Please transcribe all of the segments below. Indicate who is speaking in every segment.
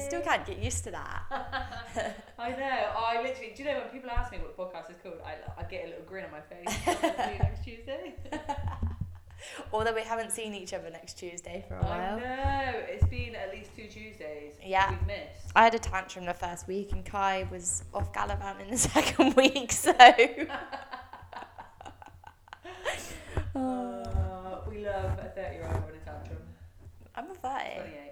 Speaker 1: still can't get used to that.
Speaker 2: I know. I literally. Do you know when people ask me what the podcast is called? I, I get a little grin on my face. See you next Tuesday.
Speaker 1: Although we haven't seen each other next Tuesday for a
Speaker 2: I
Speaker 1: while.
Speaker 2: know. It's been at least two Tuesdays.
Speaker 1: Yeah.
Speaker 2: We've missed.
Speaker 1: I had a tantrum the first week and Kai was off Gallivant in the second week, so. Oh,
Speaker 2: Uh, we love a 30 year old having a tantrum.
Speaker 1: I'm a 30.
Speaker 2: 28.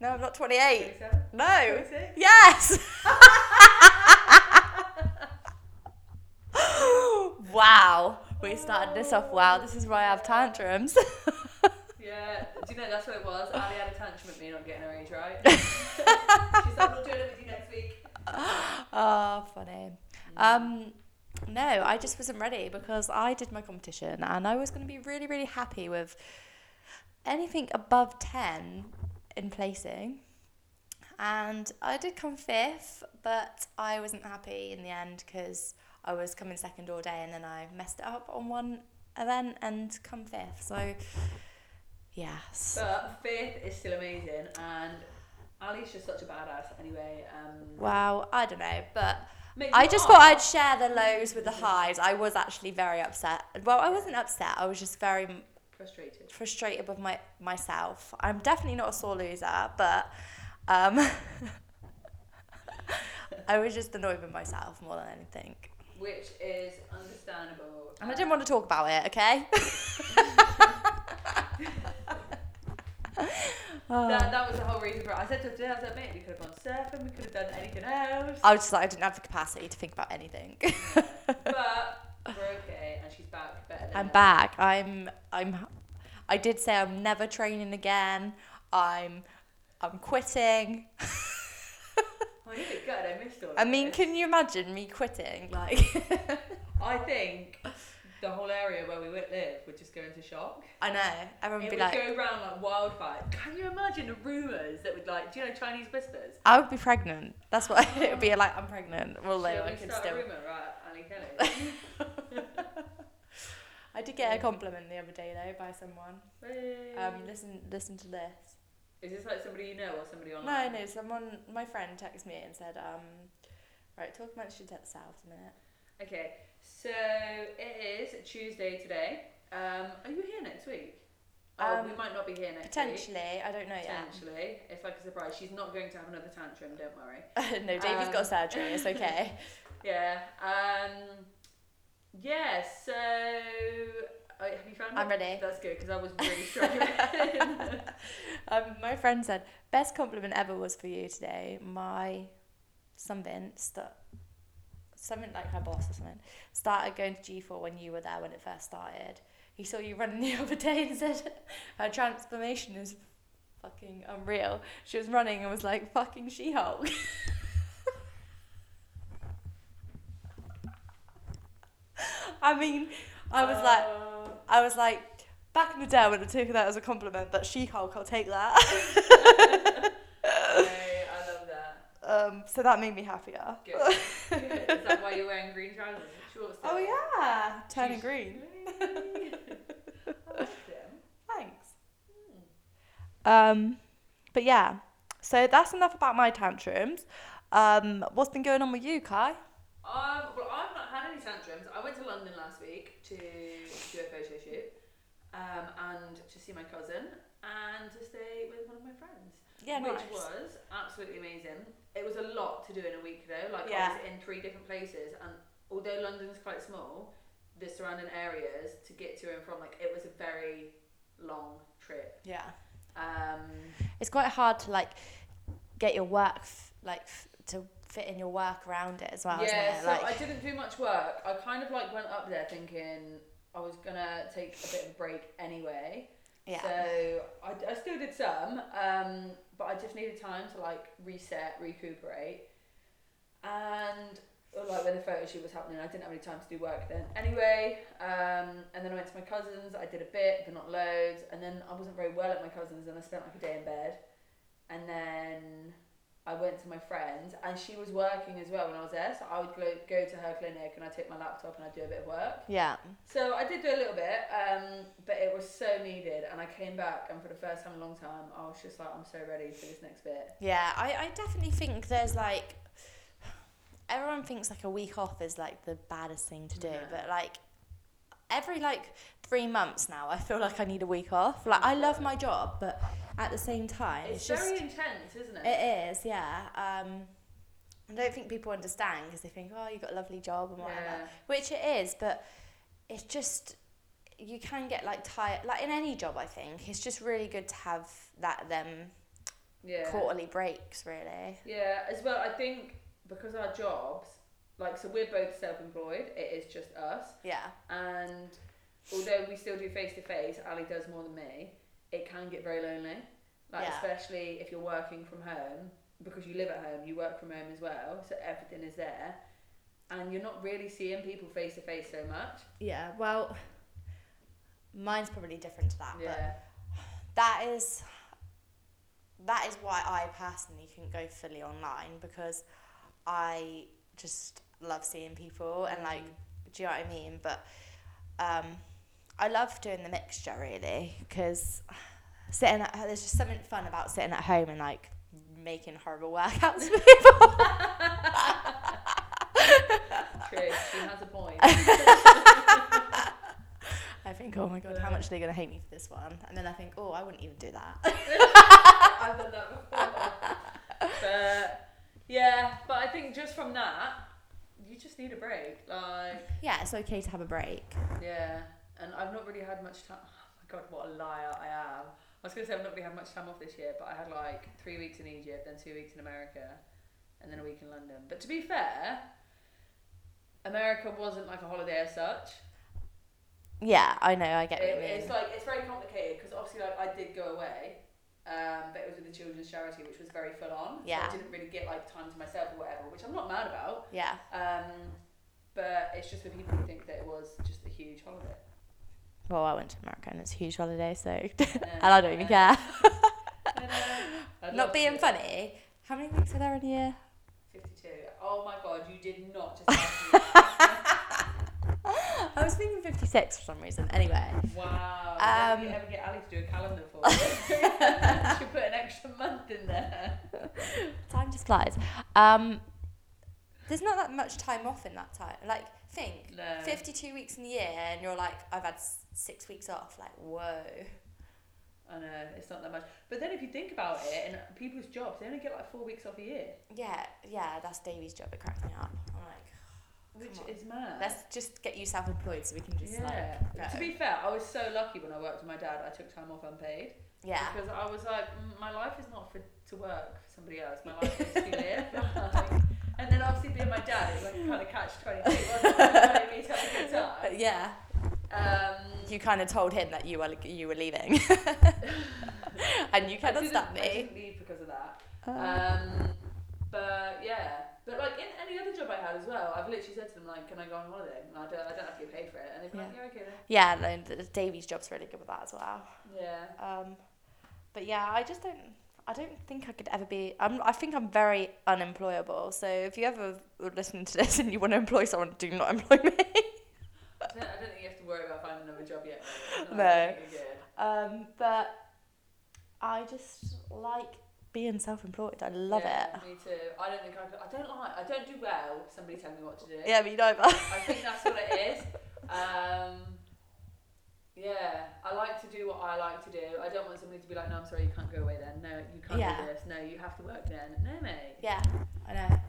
Speaker 1: No, I'm not 28.
Speaker 2: 27?
Speaker 1: No.
Speaker 2: 26?
Speaker 1: Yes! wow. We started this off wow. This is why I have tantrums.
Speaker 2: Yeah. Do you know that's what it was? Ali had a tantrum at me not getting her age right. She's like, we'll do it with you next week.
Speaker 1: oh, funny. Um, no, I just wasn't ready because I did my competition and I was going to be really, really happy with anything above 10 in placing. And I did come fifth, but I wasn't happy in the end because I was coming second all day and then I messed it up on one event and come fifth. So, yes.
Speaker 2: But Faith is still amazing, and Ali's just such a badass anyway. Um,
Speaker 1: Wow, I don't know, but
Speaker 2: Mate,
Speaker 1: I
Speaker 2: you
Speaker 1: just
Speaker 2: are.
Speaker 1: thought I'd share the lows with the highs. I was actually very upset. Well, I wasn't upset. I was just very m-
Speaker 2: Frustrated.
Speaker 1: frustrated with my myself. I'm definitely not a sore loser, but um, I was just annoyed with myself more than anything.
Speaker 2: Which is understandable.
Speaker 1: And I didn't want to talk about it. Okay.
Speaker 2: That,
Speaker 1: Oh.
Speaker 2: that was the whole reason for it. I said to her today, I was like, mate, we could have gone surfing, we could have done anything else.
Speaker 1: I was just like, I didn't have the capacity to think about anything.
Speaker 2: but we're okay, and she's back better than
Speaker 1: I'm
Speaker 2: ever.
Speaker 1: back. I'm I'm I did say I'm never training again. I'm I'm quitting.
Speaker 2: Oh, you're a bit gutted, I missed all
Speaker 1: I
Speaker 2: of
Speaker 1: mean,
Speaker 2: this.
Speaker 1: can you imagine me quitting? Like
Speaker 2: I think the whole area where we would live would just go into shock.
Speaker 1: I know. Everyone
Speaker 2: It
Speaker 1: would be
Speaker 2: would
Speaker 1: like
Speaker 2: go around like wildfire. Can you imagine the rumours that would like, do you know Chinese whispers?
Speaker 1: I would be pregnant. That's what it would be like I'm pregnant. Although
Speaker 2: Shall we
Speaker 1: I could
Speaker 2: start
Speaker 1: still
Speaker 2: a rumour, right, Ali Kelly?
Speaker 1: I did get a compliment the other day though by someone.
Speaker 2: Hey.
Speaker 1: Um listen listen to this.
Speaker 2: Is this like somebody you know or somebody
Speaker 1: No,
Speaker 2: online?
Speaker 1: no, someone my friend texted me and said, um right, talk amongst yourselves a minute.
Speaker 2: Okay, so it is Tuesday today. Um, are you here next week? Oh, we
Speaker 1: Um,
Speaker 2: might not be here next week.
Speaker 1: Potentially, I don't know yet.
Speaker 2: Potentially. It's like a surprise. She's not going to have another tantrum, don't worry.
Speaker 1: no, Davey's
Speaker 2: Um,
Speaker 1: got surgery. It's okay.
Speaker 2: Yeah. Um, yeah, so. Oh, have you found
Speaker 1: I'm
Speaker 2: it?
Speaker 1: ready.
Speaker 2: That's good because I was really struggling.
Speaker 1: um, my friend said, "Best compliment ever was for you today." My something st- something like her boss or something started going to G four when you were there when it first started. He saw you running the other day and said, "Her transformation is fucking unreal." She was running and was like, "Fucking She Hulk." I mean, I was like,
Speaker 2: Uh,
Speaker 1: I was like, back in the day, I would have taken that as a compliment, but She Hulk, I'll take that.
Speaker 2: no, I love that.
Speaker 1: Um, so that made me happier.
Speaker 2: Good. good. Is that why you're wearing green trousers? Shorts.
Speaker 1: Oh,
Speaker 2: today?
Speaker 1: yeah. Turning
Speaker 2: She's-
Speaker 1: green.
Speaker 2: I like them.
Speaker 1: Thanks.
Speaker 2: Hmm.
Speaker 1: Um, but yeah, so that's enough about my tantrums. Um, what's been going on with you, Kai?
Speaker 2: Um, well, I've not had any tantrums. I went to London last week to do a photo shoot um, and to see my cousin and to stay with one of my friends. which was absolutely amazing. It was a lot to do in a week though. Like I
Speaker 1: Yeah.
Speaker 2: was in three different places, and although London's quite small, the surrounding areas to get to and from, like it was a very long trip.
Speaker 1: Yeah.
Speaker 2: Um,
Speaker 1: It's quite hard to like get your work f- like f- to fit in your work around it as well,
Speaker 2: yeah,
Speaker 1: isn't it?
Speaker 2: so
Speaker 1: Like,
Speaker 2: I didn't do much work. I kind of like went up there thinking I was gonna take a bit of a break anyway.
Speaker 1: yeah.
Speaker 2: So I, I still did some, um, but I just needed time to like reset, recuperate, and or, like when the photo shoot was happening, I didn't have any time to do work then. Anyway, um, and then I went to my cousins. I did a bit, but not loads. And then I wasn't very well at my cousins, and I spent like a day in bed, and then I I went to my friend's and she was working as well when I was there. So I would go, go to her clinic and I'd take my laptop and I'd do a bit of work.
Speaker 1: Yeah.
Speaker 2: So I did do a little bit, um, but it was so needed. And I came back and for the first time in a long time, I was just like, I'm so ready for this next bit.
Speaker 1: Yeah, I, I definitely think there's like everyone thinks like a week off is like the baddest thing to do,
Speaker 2: Yeah.
Speaker 1: but like every like three months now, I feel like I need a week off. Like I love my job, but at the same time,
Speaker 2: It's,
Speaker 1: it's, just Eh,
Speaker 2: very intense, isn't it?
Speaker 1: it is, yeah. Um, I don't think people understand because they think, oh, you've got a lovely job and whatever,
Speaker 2: Yeah.
Speaker 1: which it is, but it's just you can get like tired. Like in any job, I think it's just really good to have that them
Speaker 2: Yeah.
Speaker 1: quarterly breaks, really.
Speaker 2: Yeah, as well, I think because our jobs, like, so we're both self employed, it is just us.
Speaker 1: Yeah.
Speaker 2: And although we still do face to face, Ali does more than me, it can get very lonely. Like,
Speaker 1: Yeah.
Speaker 2: especially if you're working from home, because you live at home, you work from home as well, so everything is there. And you're not really seeing people face to face so much.
Speaker 1: Yeah, well, mine's probably different to that,
Speaker 2: Yeah.
Speaker 1: but that is that is why I personally couldn't go fully online because I just love seeing people
Speaker 2: Mm.
Speaker 1: and like, do you know what I mean? But um, I love doing the mixture really because sitting at there's just something fun about sitting at home and like making horrible workouts.
Speaker 2: True, she has a point.
Speaker 1: I think, oh my god, how
Speaker 2: Yeah.
Speaker 1: much are they gonna hate me for this one? And then I think, oh, I wouldn't even do that.
Speaker 2: I've done that before. but yeah, but I think just from that, you just need a break. Like,
Speaker 1: yeah, it's okay to have a break.
Speaker 2: yeah, and I've not really had much time. Oh my god, what a liar I am. I was gonna say I've not really had much time off this year, but I had like three weeks in Egypt, then two weeks in America, and then a week in London. But to be fair, America wasn't like a holiday as such.
Speaker 1: Yeah, I know, I get what you
Speaker 2: It, it's
Speaker 1: mean.
Speaker 2: like it's very complicated because obviously like I did go away, um, but it was with a children's charity, which was very full on. so
Speaker 1: Yeah.
Speaker 2: I didn't really get like time to myself or whatever, which I'm not mad about.
Speaker 1: Yeah,
Speaker 2: Um, but it's just for people who think that it was just a huge holiday.
Speaker 1: well, I went to America and it's a huge holiday, so.
Speaker 2: and
Speaker 1: and I don't even care.
Speaker 2: I'd love
Speaker 1: Not
Speaker 2: to
Speaker 1: being
Speaker 2: do it.
Speaker 1: funny. How many weeks are there in a year?
Speaker 2: 52. Oh my god, you did not just. ask
Speaker 1: I was thinking 56 for some reason. Anyway.
Speaker 2: me. wow. Why don't you
Speaker 1: Um,
Speaker 2: ever get Ali to do a calendar for you? She put an extra month in there.
Speaker 1: Time just flies. Um, there's not that much time off in that time. Like, think.
Speaker 2: No.
Speaker 1: 52 weeks in a year, and you're like, I've had s- six weeks off. Like, whoa.
Speaker 2: I know it's not that much, but then if you think about it, and people's jobs, they only get like four weeks off a year,
Speaker 1: Yeah, yeah, that's Davy's job. It cracks me up. I'm like,
Speaker 2: which
Speaker 1: Come on.
Speaker 2: is mad.
Speaker 1: let's just get you self employed so we can just,
Speaker 2: yeah.
Speaker 1: like,
Speaker 2: To
Speaker 1: go.
Speaker 2: be fair, I was so lucky when I worked with my dad. I took time off unpaid
Speaker 1: yeah.
Speaker 2: because I was like, "Mm, my life is not for to work for somebody else. My life is to live. Like, and then obviously being my dad, it was like kind of catch twenty two. Wasn't it? to have a good time.
Speaker 1: Yeah.
Speaker 2: Um,
Speaker 1: You kind of told him that you were you were leaving, and
Speaker 2: I
Speaker 1: you cannot
Speaker 2: didn't-
Speaker 1: stop
Speaker 2: I
Speaker 1: me. Uh,
Speaker 2: didn't leave because of that. Um, but yeah, but like in any other job I had as well, I've literally said to them like, "Can I go on holiday? I don't, I don't have to get paid for it." And they've been like, "Yeah, okay then."
Speaker 1: yeah, no, the- the Davy's job's really good with that as well.
Speaker 2: Yeah,
Speaker 1: Um, but yeah, I just don't. I don't think I could ever be. I'm, I think I'm very unemployable. So if you ever listen to this and you want to employ someone, do not employ me.
Speaker 2: I don't, I don't think you have to worry about finding another job yet. mate.
Speaker 1: No.
Speaker 2: I think you're good.
Speaker 1: Um, but I just like being self-employed. I love
Speaker 2: yeah,
Speaker 1: it.
Speaker 2: Me too. I don't think I. Could, I don't like. I don't do well. Somebody tell me what to do.
Speaker 1: Yeah, but you know, but
Speaker 2: I think that's what it is. Um, yeah, I like to do what I like to do. I don't want somebody to be like, "No, I'm sorry, you can't go away then. No, you can't
Speaker 1: Yeah.
Speaker 2: do this. No, you have to work then. No, mate."
Speaker 1: yeah, I know.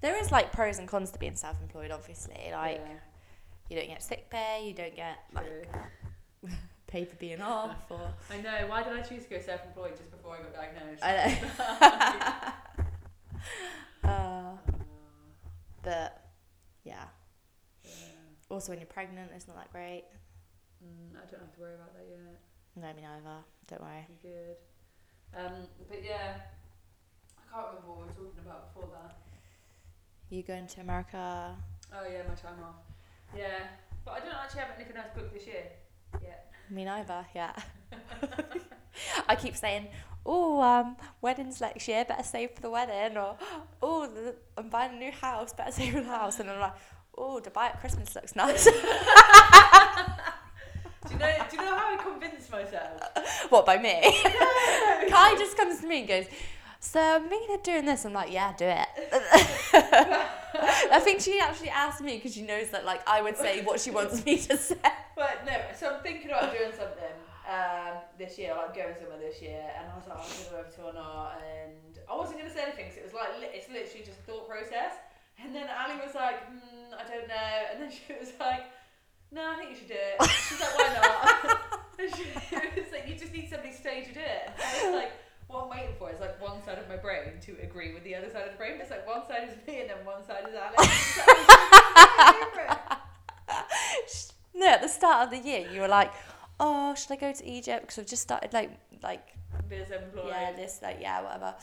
Speaker 1: There is like pros and cons to being self-employed. Obviously, like.
Speaker 2: Yeah,
Speaker 1: you don't get sick pay, you don't get
Speaker 2: true.
Speaker 1: like pay for being off or
Speaker 2: I know. Why did I choose to go self-employed just before I got diagnosed?
Speaker 1: I know. uh, but yeah.
Speaker 2: Mm,
Speaker 1: Also when you're pregnant it's not that great.
Speaker 2: I don't have to worry about that yet.
Speaker 1: No me neither. Don't worry.
Speaker 2: I'm good. Um, but yeah, I can't remember what we were talking about before that.
Speaker 1: You going to America?
Speaker 2: Oh yeah, my time off. Yeah, but I don't actually have anything else booked this year. Yeah.
Speaker 1: Me neither, yeah. I keep saying, oh, um, weddings next year, better save for the wedding, or oh, the, I'm buying a new house, better save for the house, and I'm like, oh, Dubai at Christmas looks nice.
Speaker 2: Do you know? Do you know how I convinced myself?
Speaker 1: what by me? Kai just comes to me and goes. So I'm thinking of doing this. I'm like, yeah, do it. I think she actually asked me because she knows that like I would say what she wants me to say.
Speaker 2: But no, so I'm thinking about doing something um, this year, like going somewhere this year, and I was like, oh, I'm gonna go to or not, and I wasn't gonna say anything. Cause it was like li- it's literally just a thought process. And then Ali was like, hmm, I don't know, and then she was like, No, I think you should do it. She's like, Why not? and she was like, You just need somebody to tell you to do it. And I was like. What I'm waiting for is like one side of my brain to agree with the other side of the brain. But it's like one side is me and then one side is Alex. It's like, I'm so different.
Speaker 1: No, at the start of the year, you were like, oh, should I go to Egypt? Because I've just started like like
Speaker 2: Biz employed.
Speaker 1: yeah this like yeah whatever,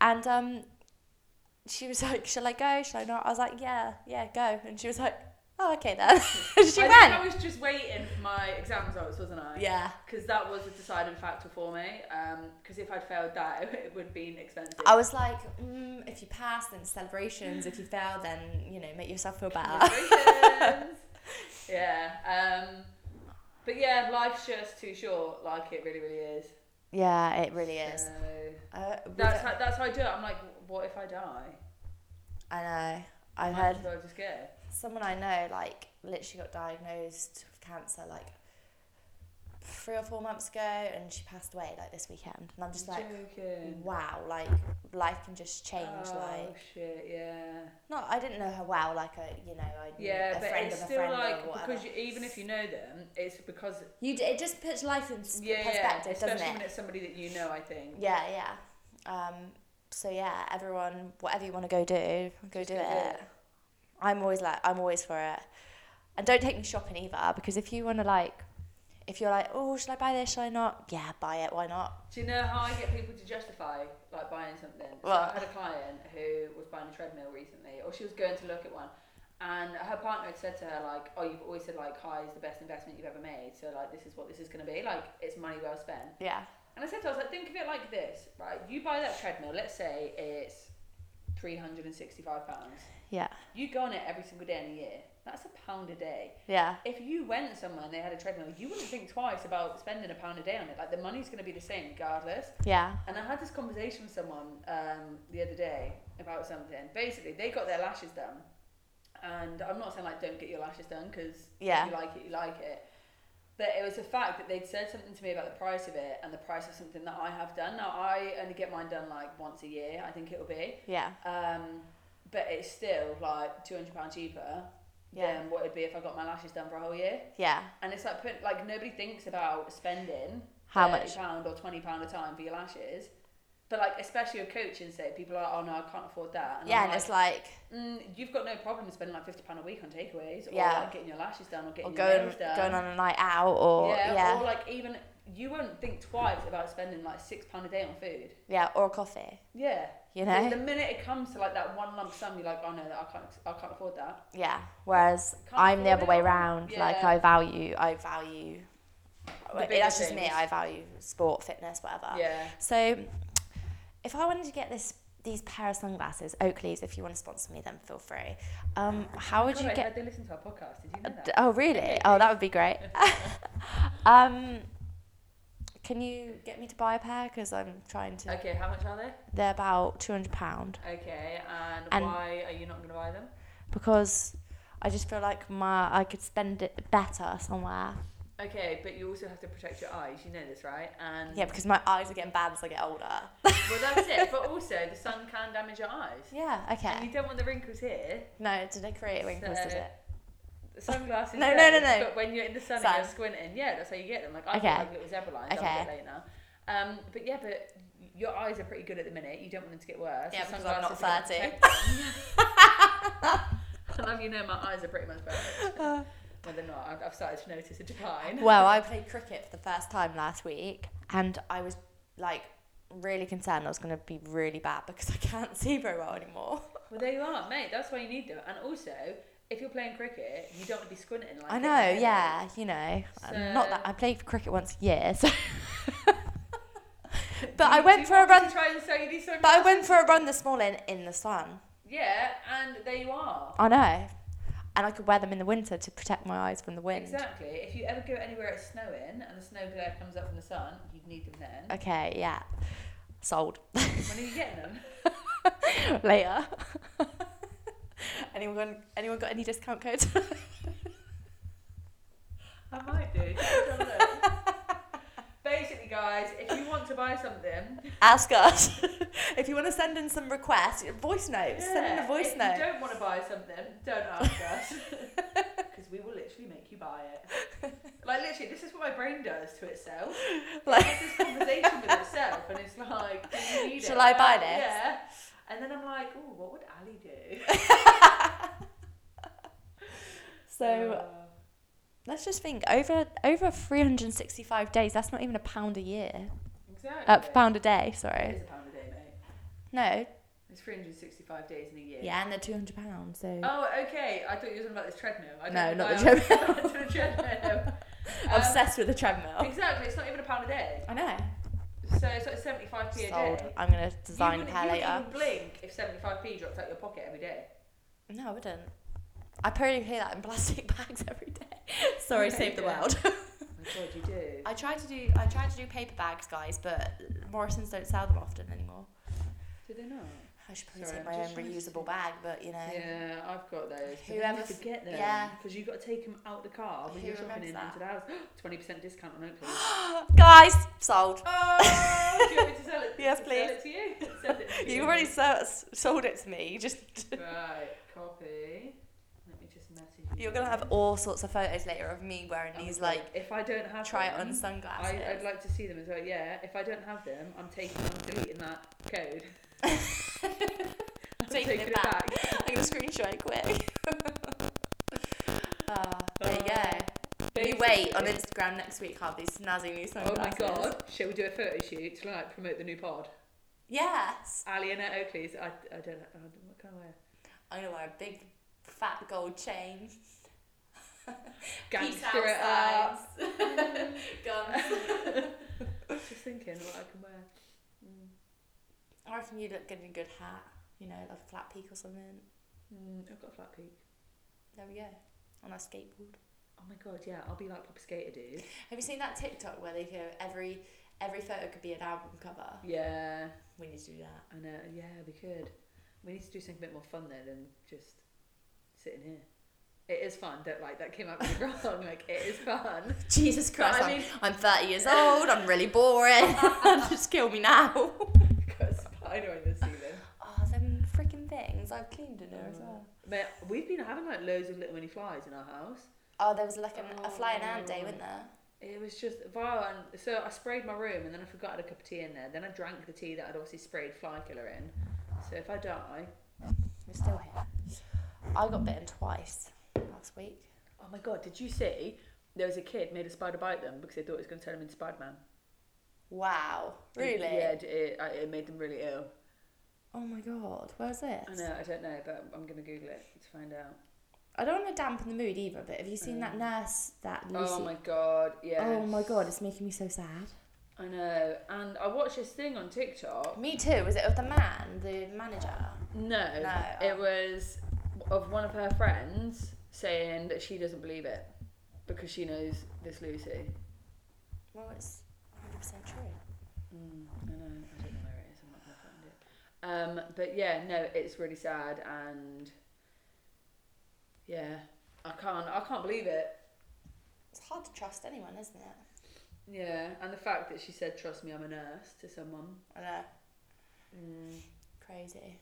Speaker 1: and um, she was like, shall I go? Shall I not? I was like, yeah, yeah, go. And she was like, oh, okay then. she
Speaker 2: I
Speaker 1: went.
Speaker 2: think I was just waiting for my exam results, wasn't I?
Speaker 1: yeah,
Speaker 2: Because that was a deciding factor for me. Because if I'd failed that, it would have been expensive.
Speaker 1: I was like, mm, if you pass, then celebrations. If you fail, then you know, make yourself feel better.
Speaker 2: Congratulations. yeah. Um, but yeah, life's just too short. Like it really, really is.
Speaker 1: Yeah, it really is.
Speaker 2: So
Speaker 1: Uh, we
Speaker 2: that's
Speaker 1: don't-
Speaker 2: how, that's how I do it. I'm like, what if I die?
Speaker 1: I know. I've
Speaker 2: Might
Speaker 1: heard
Speaker 2: as well just go.
Speaker 1: someone I know like literally got diagnosed with cancer like three or four months ago and she passed away like this weekend and I'm just like
Speaker 2: Joking.
Speaker 1: wow like life can just change
Speaker 2: oh,
Speaker 1: like
Speaker 2: shit, yeah.
Speaker 1: not I didn't know her well like a you know I knew
Speaker 2: Yeah,
Speaker 1: a
Speaker 2: but
Speaker 1: friend
Speaker 2: it's
Speaker 1: of a
Speaker 2: still
Speaker 1: friend
Speaker 2: like
Speaker 1: or whatever
Speaker 2: because you, even if you know them, it's because
Speaker 1: you d- it just puts life in s-
Speaker 2: yeah, yeah,
Speaker 1: perspective
Speaker 2: especially
Speaker 1: doesn't
Speaker 2: when
Speaker 1: it
Speaker 2: it's somebody that you know. I think.
Speaker 1: yeah yeah um so yeah everyone whatever you want to go do go
Speaker 2: Just
Speaker 1: do
Speaker 2: go do
Speaker 1: it
Speaker 2: it.
Speaker 1: I'm always like I'm always for it and don't take me shopping either because if you want to like if you're like oh should I buy this should I not yeah buy it why not
Speaker 2: Do you know how I get people to justify like buying something? So
Speaker 1: What?
Speaker 2: I had a client who was buying a treadmill recently, or she was going to look at one, and her partner had said to her like, "Oh, you've always said like high is the best investment you've ever made, so like this is what this is going to be, like it's money well spent."
Speaker 1: yeah
Speaker 2: And I said to her, I was like, think of it like this, right? You buy that treadmill, let's say it's three hundred and sixty-five pounds.
Speaker 1: yeah
Speaker 2: You go on it every single day in a year. That's a pound a day.
Speaker 1: yeah
Speaker 2: If you went somewhere and they had a treadmill, you wouldn't think twice about spending a pound a day on it. Like the money's going to be the same regardless.
Speaker 1: yeah
Speaker 2: And I had this conversation with someone um, the other day about something. Basically, they got their lashes done, and I'm not saying like don't get your lashes done because
Speaker 1: Yeah.
Speaker 2: if you like it, you like it. But it was the fact that they'd said something to me about the price of it and the price of something that I have done. Now I only get mine done like once a year, I think it'll be.
Speaker 1: yeah
Speaker 2: Um, but it's still like two hundred pounds cheaper
Speaker 1: Yeah.
Speaker 2: than what it'd be if I got my lashes done for a whole year.
Speaker 1: yeah
Speaker 2: And it's like put like nobody thinks about spending
Speaker 1: How
Speaker 2: thirty
Speaker 1: much?
Speaker 2: pound or twenty pound a time for your lashes. But like especially with coaching, say people are like, oh no, I can't afford that. And
Speaker 1: yeah
Speaker 2: I'm
Speaker 1: and it's
Speaker 2: like,
Speaker 1: like
Speaker 2: mm, you've got no problem spending like fifty pound a week on takeaways, or
Speaker 1: Yeah.
Speaker 2: like getting your lashes done, or getting
Speaker 1: or
Speaker 2: your
Speaker 1: going
Speaker 2: nails done,
Speaker 1: going on a night out or
Speaker 2: yeah,
Speaker 1: yeah
Speaker 2: or like even you won't think twice about spending like six pound a day on food.
Speaker 1: yeah or a coffee
Speaker 2: Yeah,
Speaker 1: you
Speaker 2: Like,
Speaker 1: know
Speaker 2: the minute it comes to like that one lump sum, you're like, oh no, I can't, I can't afford that.
Speaker 1: yeah whereas
Speaker 2: Can't
Speaker 1: i'm the
Speaker 2: afford
Speaker 1: other
Speaker 2: it.
Speaker 1: way round like
Speaker 2: Yeah.
Speaker 1: i value i value
Speaker 2: The bigger
Speaker 1: that's just me
Speaker 2: things.
Speaker 1: i value sport fitness whatever
Speaker 2: Yeah,
Speaker 1: so if i wanted to get this these pair of sunglasses oakley's if you want to sponsor me then feel free um how would
Speaker 2: God,
Speaker 1: you
Speaker 2: I
Speaker 1: get
Speaker 2: heard they listen to our podcast. Did you know that?
Speaker 1: D- Oh really? Oh, that would be great. um, can you get me to buy a pair? Because I'm trying to.
Speaker 2: Okay, how much are they?
Speaker 1: They're about two hundred pound
Speaker 2: Okay, and,
Speaker 1: And-
Speaker 2: why are you not going to buy them?
Speaker 1: because I just feel like my I could spend it better somewhere.
Speaker 2: Okay, but you also have to protect your eyes. You know this, right? And
Speaker 1: Yeah, because my eyes are getting bad as I get older.
Speaker 2: well, that's it. But also, the sun can damage your eyes.
Speaker 1: yeah.
Speaker 2: And
Speaker 1: Okay.
Speaker 2: you don't want the wrinkles here.
Speaker 1: No, did I create wrinkles? Did
Speaker 2: So-
Speaker 1: it?
Speaker 2: The sunglasses.
Speaker 1: No,
Speaker 2: yes,
Speaker 1: no, no, no.
Speaker 2: But when you're in the sun,
Speaker 1: Sun.
Speaker 2: and you're squinting. Yeah, that's how you get them. Like I
Speaker 1: Okay.
Speaker 2: got like little zebra lines. I'll
Speaker 1: Okay.
Speaker 2: get late now. Um, but yeah, but your eyes are pretty good at the minute. You don't want them to get worse.
Speaker 1: Yeah,
Speaker 2: The
Speaker 1: because I'm not
Speaker 2: sunglasses are
Speaker 1: 30.
Speaker 2: gonna protect them. And you know, my eyes are pretty much perfect. well, they're not. I've, I've started to notice a decline.
Speaker 1: Well, I played cricket for the first time last week, and I was like really concerned I was going to be really bad because I can't see very well anymore.
Speaker 2: Well, there you are, mate. That's why you need them. And also, if you're playing cricket, you don't want to be squinting like
Speaker 1: I
Speaker 2: it,
Speaker 1: know,
Speaker 2: right?
Speaker 1: yeah, you know. I'm not that
Speaker 2: So-
Speaker 1: I played cricket once a year, so But I
Speaker 2: You-
Speaker 1: went
Speaker 2: you
Speaker 1: for a
Speaker 2: want me to
Speaker 1: run-
Speaker 2: Try and sell you these
Speaker 1: But I
Speaker 2: sunglasses?
Speaker 1: went for a run this morning in the sun.
Speaker 2: Yeah, and there you are.
Speaker 1: I know. And I could wear them in the winter to protect my eyes from the wind.
Speaker 2: Exactly. If you ever go anywhere it's snowing and the snow glare comes up from the sun, you'd need them then.
Speaker 1: Okay, yeah. Sold.
Speaker 2: When are you getting them?
Speaker 1: Later. anyone anyone got any discount codes?
Speaker 2: I might do. Just have a look. Basically, guys, if you want to buy something,
Speaker 1: Ask us. if you want to send in some requests, voice notes. Send in a
Speaker 2: yeah,
Speaker 1: voice
Speaker 2: if
Speaker 1: note.
Speaker 2: you don't want to buy something, don't ask us. Because we will literally make you buy it. Like, literally, this is what my brain does to itself.
Speaker 1: Like-
Speaker 2: Like, it's this conversation with itself, and it's like, do you need
Speaker 1: Shall
Speaker 2: it?
Speaker 1: I buy
Speaker 2: Uh,
Speaker 1: this?
Speaker 2: Yeah. And then I'm like, oh, what would Ali do?
Speaker 1: So
Speaker 2: Uh,
Speaker 1: let's just think over over 365 days. That's not even a pound a year.
Speaker 2: exactly.
Speaker 1: A uh, pound a day.
Speaker 2: It
Speaker 1: Sorry.
Speaker 2: is a pound a day, mate.
Speaker 1: No.
Speaker 2: It's 365 days in a year.
Speaker 1: Yeah, and they're 200 pounds. So
Speaker 2: Oh, okay. I thought you were talking about this treadmill. I don't
Speaker 1: No,
Speaker 2: know
Speaker 1: not
Speaker 2: why
Speaker 1: the
Speaker 2: I was- to the treadmill. Um,
Speaker 1: obsessed with the treadmill.
Speaker 2: Exactly. It's not even a pound a day.
Speaker 1: I know.
Speaker 2: So it's like 75p a
Speaker 1: Sold.
Speaker 2: day.
Speaker 1: I'm gonna design a
Speaker 2: you wouldn't-
Speaker 1: pair
Speaker 2: you
Speaker 1: later.
Speaker 2: wouldn't even blink if 75p dropped out your pocket every day.
Speaker 1: No, I wouldn't. I probably hear that in plastic bags every day. Sorry,
Speaker 2: Okay,
Speaker 1: save the
Speaker 2: yeah.
Speaker 1: world.
Speaker 2: Oh my god, you do.
Speaker 1: I try to do I try to do paper bags, guys, but Morrison's don't sell them often anymore.
Speaker 2: Do they not?
Speaker 1: I should probably
Speaker 2: Sorry, I'm
Speaker 1: take my own
Speaker 2: just trying to
Speaker 1: reusable
Speaker 2: think.
Speaker 1: bag, but you know,
Speaker 2: Yeah, I've got those. but then
Speaker 1: Whoever
Speaker 2: you
Speaker 1: f-
Speaker 2: forget them.
Speaker 1: yeah.
Speaker 2: Because you've got to take them out the car when
Speaker 1: Who
Speaker 2: you're shopping
Speaker 1: remembers
Speaker 2: in
Speaker 1: that?
Speaker 2: into the house. 20% discount on Oakley.
Speaker 1: guys, sold.
Speaker 2: oh, do you want me to sell it?
Speaker 1: Yes,
Speaker 2: sell
Speaker 1: please.
Speaker 2: it to you? Send it to you.
Speaker 1: You already so- sold it to me. You just
Speaker 2: Right, copy. Let me just message you.
Speaker 1: you're gonna have all sorts of photos later of me wearing
Speaker 2: Oh
Speaker 1: these
Speaker 2: my God,
Speaker 1: like
Speaker 2: If I don't have
Speaker 1: try it
Speaker 2: them,
Speaker 1: on sunglasses.
Speaker 2: I, I'd like to see them as well. Yeah, if I don't have them, I'm taking, I'm deleting that code. I'm
Speaker 1: Taking it back. I'm gonna screenshot it quick. uh, there you
Speaker 2: Uh,
Speaker 1: go. We wait on
Speaker 2: Basically.
Speaker 1: Instagram next week, have these snazzy new
Speaker 2: Oh my
Speaker 1: sunglasses.
Speaker 2: god! Shall we do a photo shoot to like promote the new pod?
Speaker 1: Yes.
Speaker 2: Ali and Annette Oakley's. I, I don't know. What can I wear?
Speaker 1: I'm gonna wear a big fat gold chain. Peace
Speaker 2: Gangster it
Speaker 1: out
Speaker 2: up.
Speaker 1: signs. Guns.
Speaker 2: Just thinking what I can wear. Mm.
Speaker 1: I reckon you look good in a good hat. You know, like a flat peak or something.
Speaker 2: Mm, I've got a flat peak.
Speaker 1: There we go. On a skateboard.
Speaker 2: Oh my god! Yeah, I'll be like proper skater dude.
Speaker 1: Have you seen that TikTok where they go every every photo could be an album cover?
Speaker 2: Yeah.
Speaker 1: We need to do that.
Speaker 2: I know, yeah, we could. We need to do something a bit more fun though than just sitting here. It is fun, don't like that came out really wrong. Like it is fun.
Speaker 1: Jesus Christ!
Speaker 2: I
Speaker 1: I
Speaker 2: mean-
Speaker 1: am 30 years old. I'm really boring. Just kill me now. Oh,
Speaker 2: Got a spider on this ceiling.
Speaker 1: them freaking things! I've cleaned in there as well.
Speaker 2: Mate, we've been having like loads of little mini flies in our house.
Speaker 1: Oh, there was like an, a flying ant day,
Speaker 2: Oh.
Speaker 1: wasn't there?
Speaker 2: It was just vile, and so I sprayed my room, and then I forgot I had a cup of tea in there. Then I drank the tea that I'd obviously sprayed fly killer in. So if I die,
Speaker 1: We're still here. I got bitten twice last week.
Speaker 2: oh my god, did you see? There was a kid made a spider bite them because they thought it was going to turn them into Spider Man.
Speaker 1: Wow. Really?
Speaker 2: Yeah, it, it, it made them really ill.
Speaker 1: Oh my god. Where's this?
Speaker 2: I know, I don't know, but I'm gonna Google it to find out.
Speaker 1: I don't want to dampen the mood either, but have you seen that nurse that Lucy?
Speaker 2: Mm. Oh my god, yeah.
Speaker 1: Oh my god, it's making me so sad.
Speaker 2: I know, and I watched this thing on TikTok.
Speaker 1: Me too. Was it of the man, the manager?
Speaker 2: No,
Speaker 1: No,
Speaker 2: it was of one of her friends saying that she doesn't believe it because she knows this Lucy.
Speaker 1: Well, it's 100% true.
Speaker 2: Mm, I know, I don't know where it is. I'm not gonna find it. Um, but yeah, no, it's really sad, and yeah, I can't, I can't believe it.
Speaker 1: It's hard to trust anyone, isn't it?
Speaker 2: Yeah, and the fact that she said, "Trust me, I'm a nurse" to someone.
Speaker 1: I know.
Speaker 2: Mm.
Speaker 1: Crazy.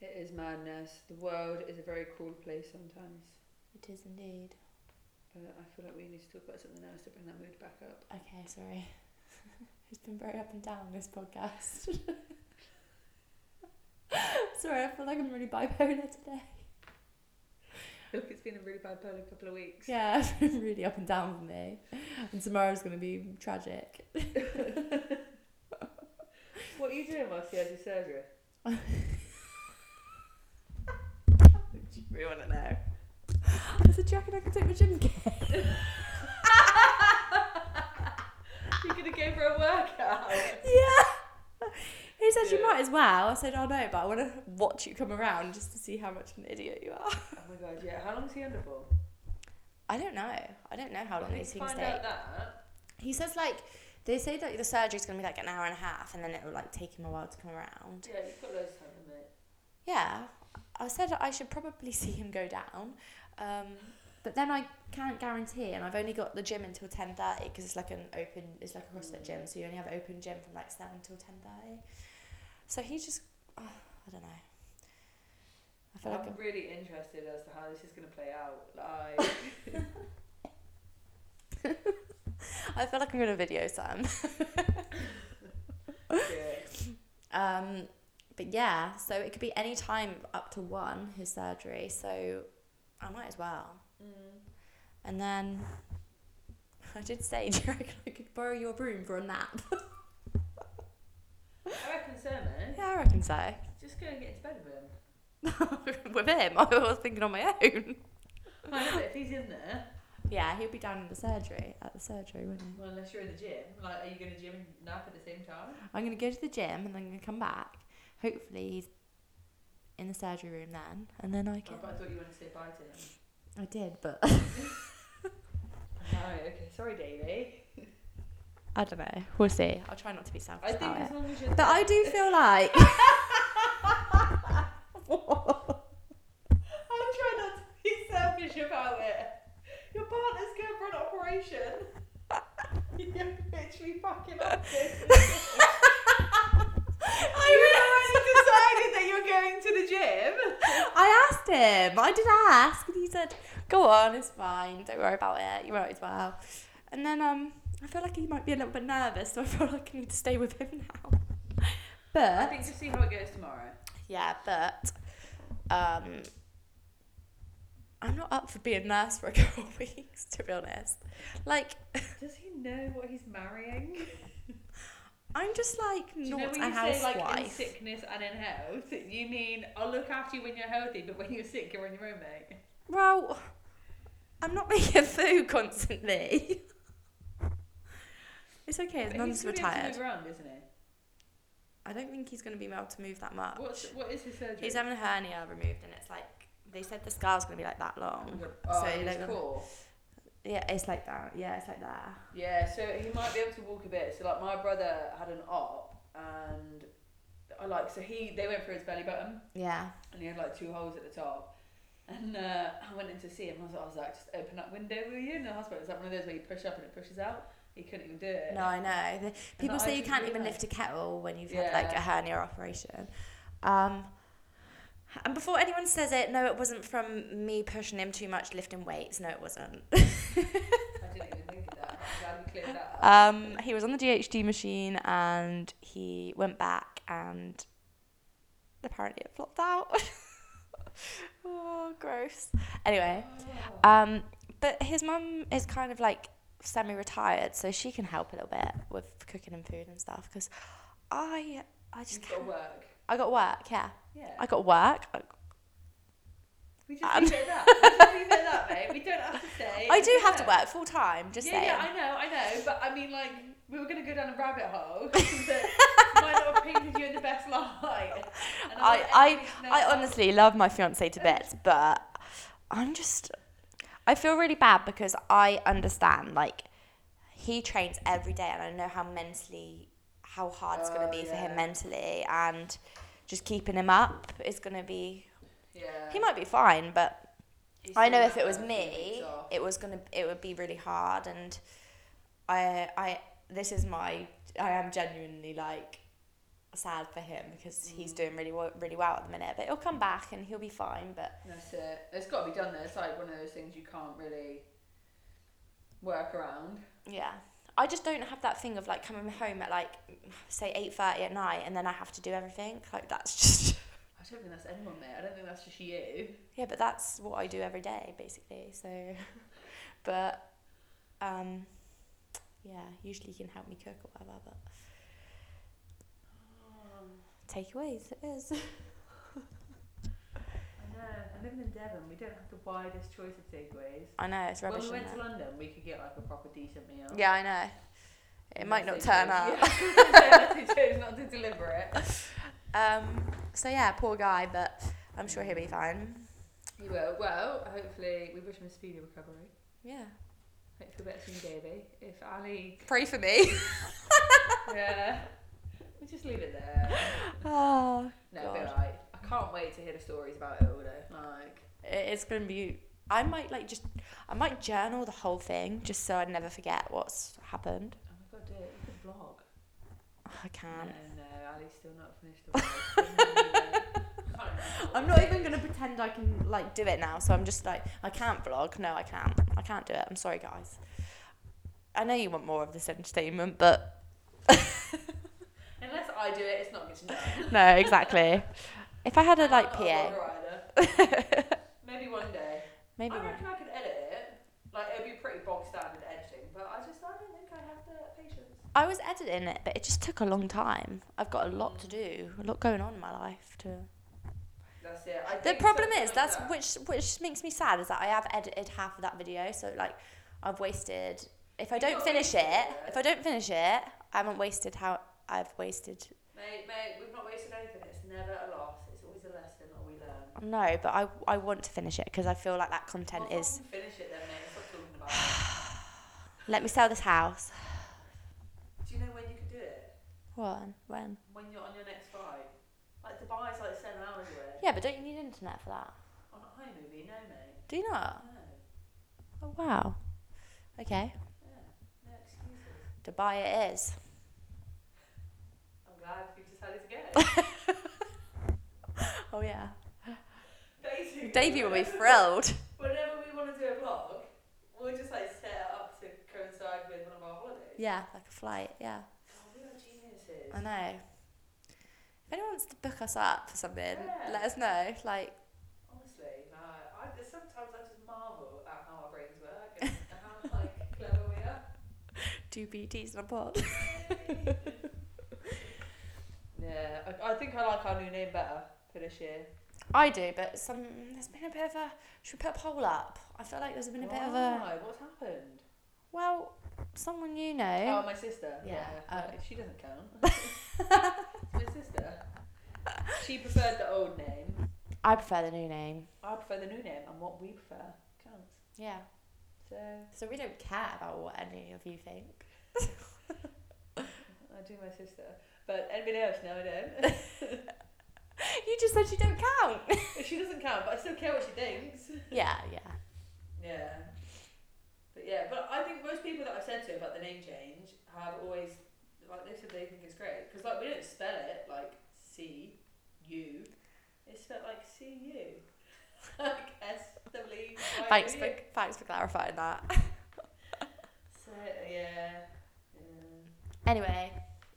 Speaker 2: It is madness. The world is a very cruel place sometimes.
Speaker 1: It is indeed.
Speaker 2: But I feel like we need to talk about something else to bring that mood back up.
Speaker 1: Okay, sorry. it's been very up and down this podcast. sorry, I feel like I'm really bipolar today.
Speaker 2: Look, it's been a really bipolar couple of weeks.
Speaker 1: Yeah, it's been really up and down for me. And tomorrow's going to be tragic.
Speaker 2: What are you doing whilst you have your surgery?
Speaker 1: Do you really want to know? I said, do you reckon I could take my gym kit?
Speaker 2: You can going to go for a workout.
Speaker 1: yeah. He said you
Speaker 2: Yeah.
Speaker 1: might as well. I said, oh no, but I want to watch you come around just to see how much of an idiot you are.
Speaker 2: Oh my god, yeah. How long is he under for?
Speaker 1: I don't know. I don't know how long
Speaker 2: Let's
Speaker 1: these things
Speaker 2: find
Speaker 1: take.
Speaker 2: out that.
Speaker 1: He says like they say that the surgery's gonna be like an hour and a half, and then it'll like take him a while to come around.
Speaker 2: Yeah, you've got loads of time, haven't you?
Speaker 1: Yeah, I said I should probably see him go down, um, but then I can't guarantee, and I've only got the gym until ten thirty because it's like an open, it's like a CrossFit
Speaker 2: Mm.
Speaker 1: gym, so you only have open gym from like seven till ten thirty. So he just, oh, I don't know. I feel like
Speaker 2: I'm really interested as to how this is going to play out. Like,
Speaker 1: I'm, I feel like I'm gonna video Sam.
Speaker 2: yeah.
Speaker 1: Um, but yeah, so it could be any time up to one, his surgery. So I might as well.
Speaker 2: Mm.
Speaker 1: And then I did say, do you reckon I could borrow your room for a nap?
Speaker 2: I reckon so, man.
Speaker 1: yeah, I reckon so.
Speaker 2: Just go and get into bed with him.
Speaker 1: With him, I was thinking on my own.
Speaker 2: I know, but if he's in there,
Speaker 1: Yeah, he'll be down in the surgery, at the surgery, wouldn't he?
Speaker 2: well, unless you're in the gym, like, are you going to gym and nap at the same time?
Speaker 1: I'm going to go to the gym and then I'm going to come back. Hopefully, he's in the surgery room then. And then I
Speaker 2: Oh,
Speaker 1: can.
Speaker 2: but I thought you wanted to say bye to him.
Speaker 1: I did, but
Speaker 2: Right, Oh, okay. Sorry, Davey.
Speaker 1: I don't know. We'll see. I'll try not to be selfish.
Speaker 2: I think
Speaker 1: about it.
Speaker 2: as long as you're.
Speaker 1: But I do feel like.
Speaker 2: I'm trying not to be selfish about it. Your partner's going for an operation. You're literally fucking up this.
Speaker 1: I
Speaker 2: You
Speaker 1: really
Speaker 2: already decided that you're going to the gym.
Speaker 1: I asked him. I did ask, and he said, "Go on, it's fine. Don't worry about it. You might as well." And then um, I feel like he might be a little bit nervous, so I feel like I need to stay with him now.
Speaker 2: I
Speaker 1: But
Speaker 2: think just see how it goes tomorrow.
Speaker 1: yeah, but um, I'm not up for being nurse for a couple of weeks, to be honest. Like,
Speaker 2: Does he know what he's marrying?
Speaker 1: I'm just like
Speaker 2: Do you
Speaker 1: not
Speaker 2: know when
Speaker 1: a
Speaker 2: you say
Speaker 1: housewife.
Speaker 2: like in sickness and in health, you mean I'll look after you when you're healthy, but when you're sick, you're on your own, mate.
Speaker 1: Well, I'm not making food constantly. it's okay,
Speaker 2: But
Speaker 1: Non's
Speaker 2: he's gonna be able to
Speaker 1: retired.
Speaker 2: move around, isn't he?
Speaker 1: I don't think he's going to be able to move that much.
Speaker 2: What's what is his surgery?
Speaker 1: He's having a hernia removed, and it's like they said the scar's going to be like that long.
Speaker 2: oh,
Speaker 1: so,
Speaker 2: his
Speaker 1: like,
Speaker 2: core.
Speaker 1: Yeah, it's like that. Yeah, it's like that.
Speaker 2: Yeah, so he might be able to walk a bit. So like my brother had an op, and I like so he they went through his belly button,
Speaker 1: Yeah.
Speaker 2: and he had like two holes at the top. And uh, I went in to see him. I was, I was like, just open that window, will you? In the hospital, it's like one of those where you push up and it pushes out. He couldn't even do it.
Speaker 1: No, I know. The, people
Speaker 2: I
Speaker 1: say you
Speaker 2: didn't
Speaker 1: can't even
Speaker 2: realise.
Speaker 1: lift a kettle when you've had like a
Speaker 2: Yeah.
Speaker 1: hernia operation. Um, and before anyone says it, no, it wasn't from me pushing him too much, lifting weights. No, it wasn't.
Speaker 2: I didn't even think of that. I'm glad we cleared that up.
Speaker 1: Um, he was on the GHD machine and he went back and apparently it flopped out. oh, gross. Anyway,
Speaker 2: Oh,
Speaker 1: um, but his mum is kind of like semi-retired, so she can help a little bit with cooking and food and stuff. Because I, I
Speaker 2: You've
Speaker 1: just
Speaker 2: got to
Speaker 1: can't.
Speaker 2: work.
Speaker 1: I got work. Yeah,
Speaker 2: Yeah.
Speaker 1: I got work. I,
Speaker 2: we just
Speaker 1: um,
Speaker 2: leave it at that. We just leave it at that, mate. We don't have to say.
Speaker 1: I do have to
Speaker 2: Yeah.
Speaker 1: work full time. Just
Speaker 2: yeah,
Speaker 1: saying.
Speaker 2: yeah, I know, I know, but I mean, like, we were gonna go down a rabbit hole that might not have painted you in the best light. And want everybody
Speaker 1: I,
Speaker 2: to know
Speaker 1: I, I
Speaker 2: that.
Speaker 1: honestly love my fiance to bits, but I'm just, I feel really bad because I understand, like, he trains every day and I know how mentally, how hard it's going
Speaker 2: Oh,
Speaker 1: to be for him
Speaker 2: yeah.
Speaker 1: mentally and just keeping him up is going to be,
Speaker 2: Yeah.
Speaker 1: he might be fine, but
Speaker 2: He's
Speaker 1: I know
Speaker 2: still
Speaker 1: if it was
Speaker 2: gonna have a few
Speaker 1: me,
Speaker 2: weeks off.
Speaker 1: it was gonna, it would be really hard, and I, I, this is my, I am genuinely like sad for him because he's
Speaker 2: Mm.
Speaker 1: doing really, well, really well at the minute. But he'll come back and he'll be fine. But
Speaker 2: That's it. It's got to be done. Though. It's like one of those things you can't really work around.
Speaker 1: yeah, I just don't have that thing of like coming home at like, say eight thirty at night, and then I have to do everything. Like that's just,
Speaker 2: I don't think that's anyone, mate. I don't think that's just you.
Speaker 1: yeah. But that's what I do every day basically. So, but, um, yeah. Usually he can help me cook or whatever, but.
Speaker 2: Um,
Speaker 1: Takeaways, it is.
Speaker 2: I know. I'm living in Devon. We don't have the widest choice of takeaways.
Speaker 1: I know it's rubbish.
Speaker 2: when we went
Speaker 1: isn't
Speaker 2: to London, we could get like a proper decent meal.
Speaker 1: it? Yeah, I know. It might not turn up.
Speaker 2: Yeah. he chose not to deliver it.
Speaker 1: Um, so yeah, poor guy, but I'm sure he'll be fine.
Speaker 2: You will. Well, hopefully, we wish him a speedy recovery.
Speaker 1: Yeah.
Speaker 2: Hope for better soon, Davey. If Ali,
Speaker 1: Pray for me.
Speaker 2: yeah, we just leave it there.
Speaker 1: oh,
Speaker 2: No, it'll be
Speaker 1: God.
Speaker 2: alright. I can't wait to hear the stories about it all though. Like,
Speaker 1: It- it's gonna be. I might like just. I might journal the whole thing just so I never forget what's happened.
Speaker 2: oh my god, do it. You could vlog.
Speaker 1: I can't.
Speaker 2: No, no, Ali's still not finished the vlog.
Speaker 1: I'm not even gonna pretend I can like do it now. So I'm just like, I can't vlog. No, I can't. I can't do it. I'm sorry, guys. I know you want more of this entertainment, but
Speaker 2: Unless I do it, it's not good to know.
Speaker 1: no, exactly. if I had a like
Speaker 2: I'm not
Speaker 1: PA,
Speaker 2: vlogger either. Maybe one day.
Speaker 1: maybe.
Speaker 2: I
Speaker 1: one.
Speaker 2: reckon I could edit it. Like it'd be pretty bog standard editing, but I just I don't think I have the patience.
Speaker 1: I was editing it, but it just took a long time. I've got a lot to do, a lot going on in my life. To
Speaker 2: That's it. I
Speaker 1: the
Speaker 2: think
Speaker 1: problem
Speaker 2: something
Speaker 1: is
Speaker 2: like
Speaker 1: that's
Speaker 2: that.
Speaker 1: which which makes me sad is that I have edited half of that video, so like I've wasted. If I
Speaker 2: You've
Speaker 1: don't
Speaker 2: not
Speaker 1: finish
Speaker 2: wasted
Speaker 1: it,
Speaker 2: it.
Speaker 1: if I don't finish it, I haven't wasted how I've wasted.
Speaker 2: Mate, mate, we've not wasted anything. It's never a loss. It's always a lesson that we learn.
Speaker 1: No, but I I want to finish it because I feel like that content
Speaker 2: Well,
Speaker 1: is.
Speaker 2: fucking Finish it then, mate. Stop talking about it.
Speaker 1: Let me sell this house.
Speaker 2: Do you know when you could do it?
Speaker 1: What? When?
Speaker 2: When you're on your next flight. Like Dubai's like seven hours away.
Speaker 1: Yeah, but don't you need internet for that?
Speaker 2: On iMovie, no, mate.
Speaker 1: Do you
Speaker 2: No.
Speaker 1: not? Oh wow. Okay.
Speaker 2: Yeah. No excuses.
Speaker 1: Dubai it is.
Speaker 2: I'm glad you decided to get it.
Speaker 1: Oh yeah.
Speaker 2: Basically,
Speaker 1: Davey will be
Speaker 2: whenever-
Speaker 1: thrilled.
Speaker 2: Whenever we want to do a vlog, we'll just like set it up to coincide with one of our holidays.
Speaker 1: Yeah, like a flight. Yeah,
Speaker 2: God, we are geniuses.
Speaker 1: I know. If anyone wants to book us up for something,
Speaker 2: Yeah.
Speaker 1: let us know. Like,
Speaker 2: Honestly, no. I, there's sometimes I just marvel at how our brains work and how like clever we are.
Speaker 1: two BTs in a pod.
Speaker 2: yeah, I, I think I like our new name better for this year.
Speaker 1: I do, but some there's been a bit of a. Should we put a poll up? I feel like there's been a bit of a.
Speaker 2: Why? What's happened?
Speaker 1: Well, someone you
Speaker 2: Oh,
Speaker 1: know.
Speaker 2: my sister.
Speaker 1: Eh? Yeah. uh,
Speaker 2: no, she doesn't count. It's my sister. She preferred the old name.
Speaker 1: I prefer the new name.
Speaker 2: I prefer the new name, and what we prefer counts.
Speaker 1: Yeah.
Speaker 2: So
Speaker 1: So we don't care about what any of you think.
Speaker 2: I do my sister. But anybody else? No, I don't.
Speaker 1: You just said you don't count.
Speaker 2: she doesn't count, but I still care what she thinks.
Speaker 1: yeah, yeah.
Speaker 2: Yeah. But yeah, but I think most people that I've said to about the name change have always like they said they think it's great because like we don't spell it like C U, it's spelled like C U, like S W.
Speaker 1: Thanks for thanks for clarifying that.
Speaker 2: So yeah. yeah.
Speaker 1: Anyway,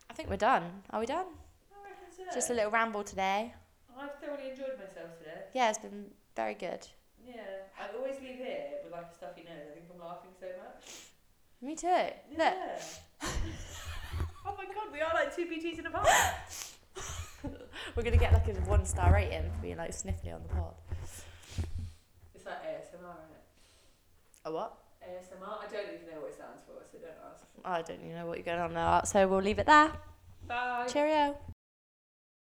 Speaker 1: I think we're done. Are we done?
Speaker 2: I reckon so.
Speaker 1: Just a little ramble today.
Speaker 2: I've thoroughly enjoyed myself today.
Speaker 1: Yeah, it's been very good.
Speaker 2: Yeah, I always leave here with like a stuffy nose. I think I'm laughing so much.
Speaker 1: Me too. Look,
Speaker 2: Yeah. oh my god, we are like two BTs in a pod.
Speaker 1: we're gonna get like a one star rating for being like sniffly on the pod.
Speaker 2: It's like ASMR, isn't it?
Speaker 1: A what?
Speaker 2: ASMR. I don't even know what it stands for, so don't ask.
Speaker 1: I don't even know what you're going on now, so we'll leave it there.
Speaker 2: Bye.
Speaker 1: Cheerio.